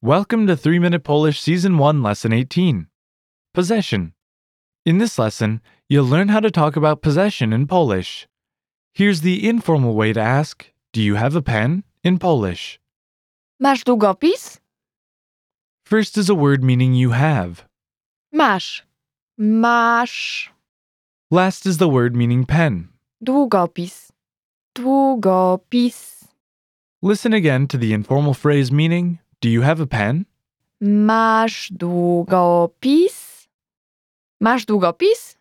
Welcome to 3 Minute Polish Season 1, Lesson 18 Possession. In this lesson, you'll learn how to talk about possession in Polish. Here's the informal way to ask Do you have a pen? in Polish. Masz długopis? First is a word meaning you have, Masz. Masz last is the word meaning pen. długopis. Długopis. Listen again to the informal phrase meaning Do you have a pen? Masz długopis? Masz długopis?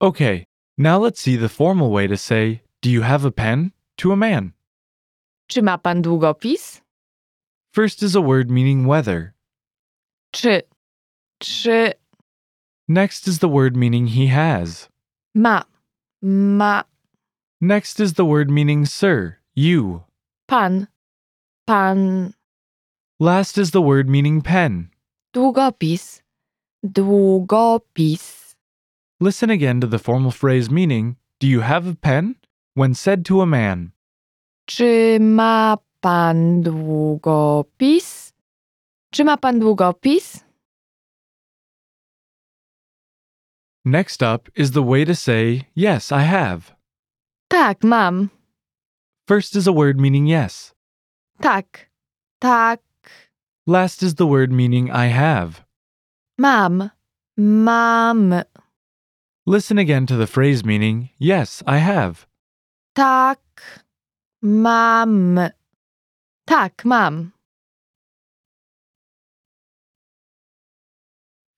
Okay, now let's see the formal way to say Do you have a pen? to a man. Czy ma pan długopis? First is a word meaning whether. Czy. Czy Next is the word meaning he has. ma. Ma Next is the word meaning sir, you. pan. Pan Last is the word meaning pen. długopis. Długopis. Listen again to the formal phrase meaning, do you have a pen? when said to a man. Czy ma pan długopis? Czy ma pan długopis? Next up is the way to say, yes, I have. Tak, mam. First is a word meaning yes. Tak, tak, Last is the word meaning I have. mam, mam, Listen again to the phrase meaning, yes, I have. tak, mam, tak, mam.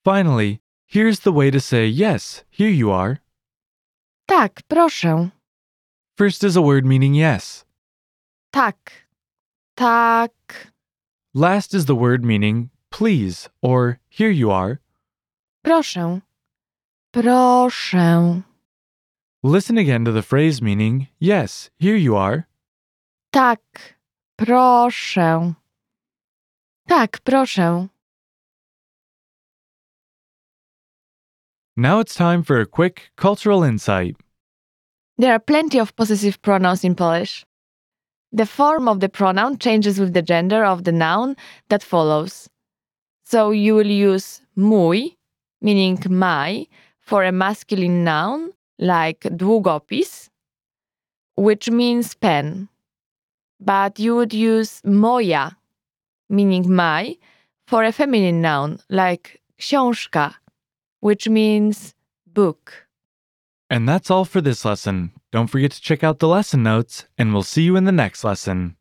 Finally, here's the way to say, yes, here you are. Tak, proszę, First is a word meaning yes. tak, tak, Last is the word meaning please or here you are. proszę, proszę, Listen again to the phrase meaning, yes, here you are. tak, proszę, tak, proszę. Now it's time for a quick cultural insight. There are plenty of possessive pronouns in Polish. The form of the pronoun changes with the gender of the noun that follows. So you will use mój, meaning my, for a masculine noun like długopis, which means pen. But you would use moja, meaning my, for a feminine noun like książka, which means book. And that's all for this lesson. Don't forget to check out the lesson notes, and we'll see you in the next lesson.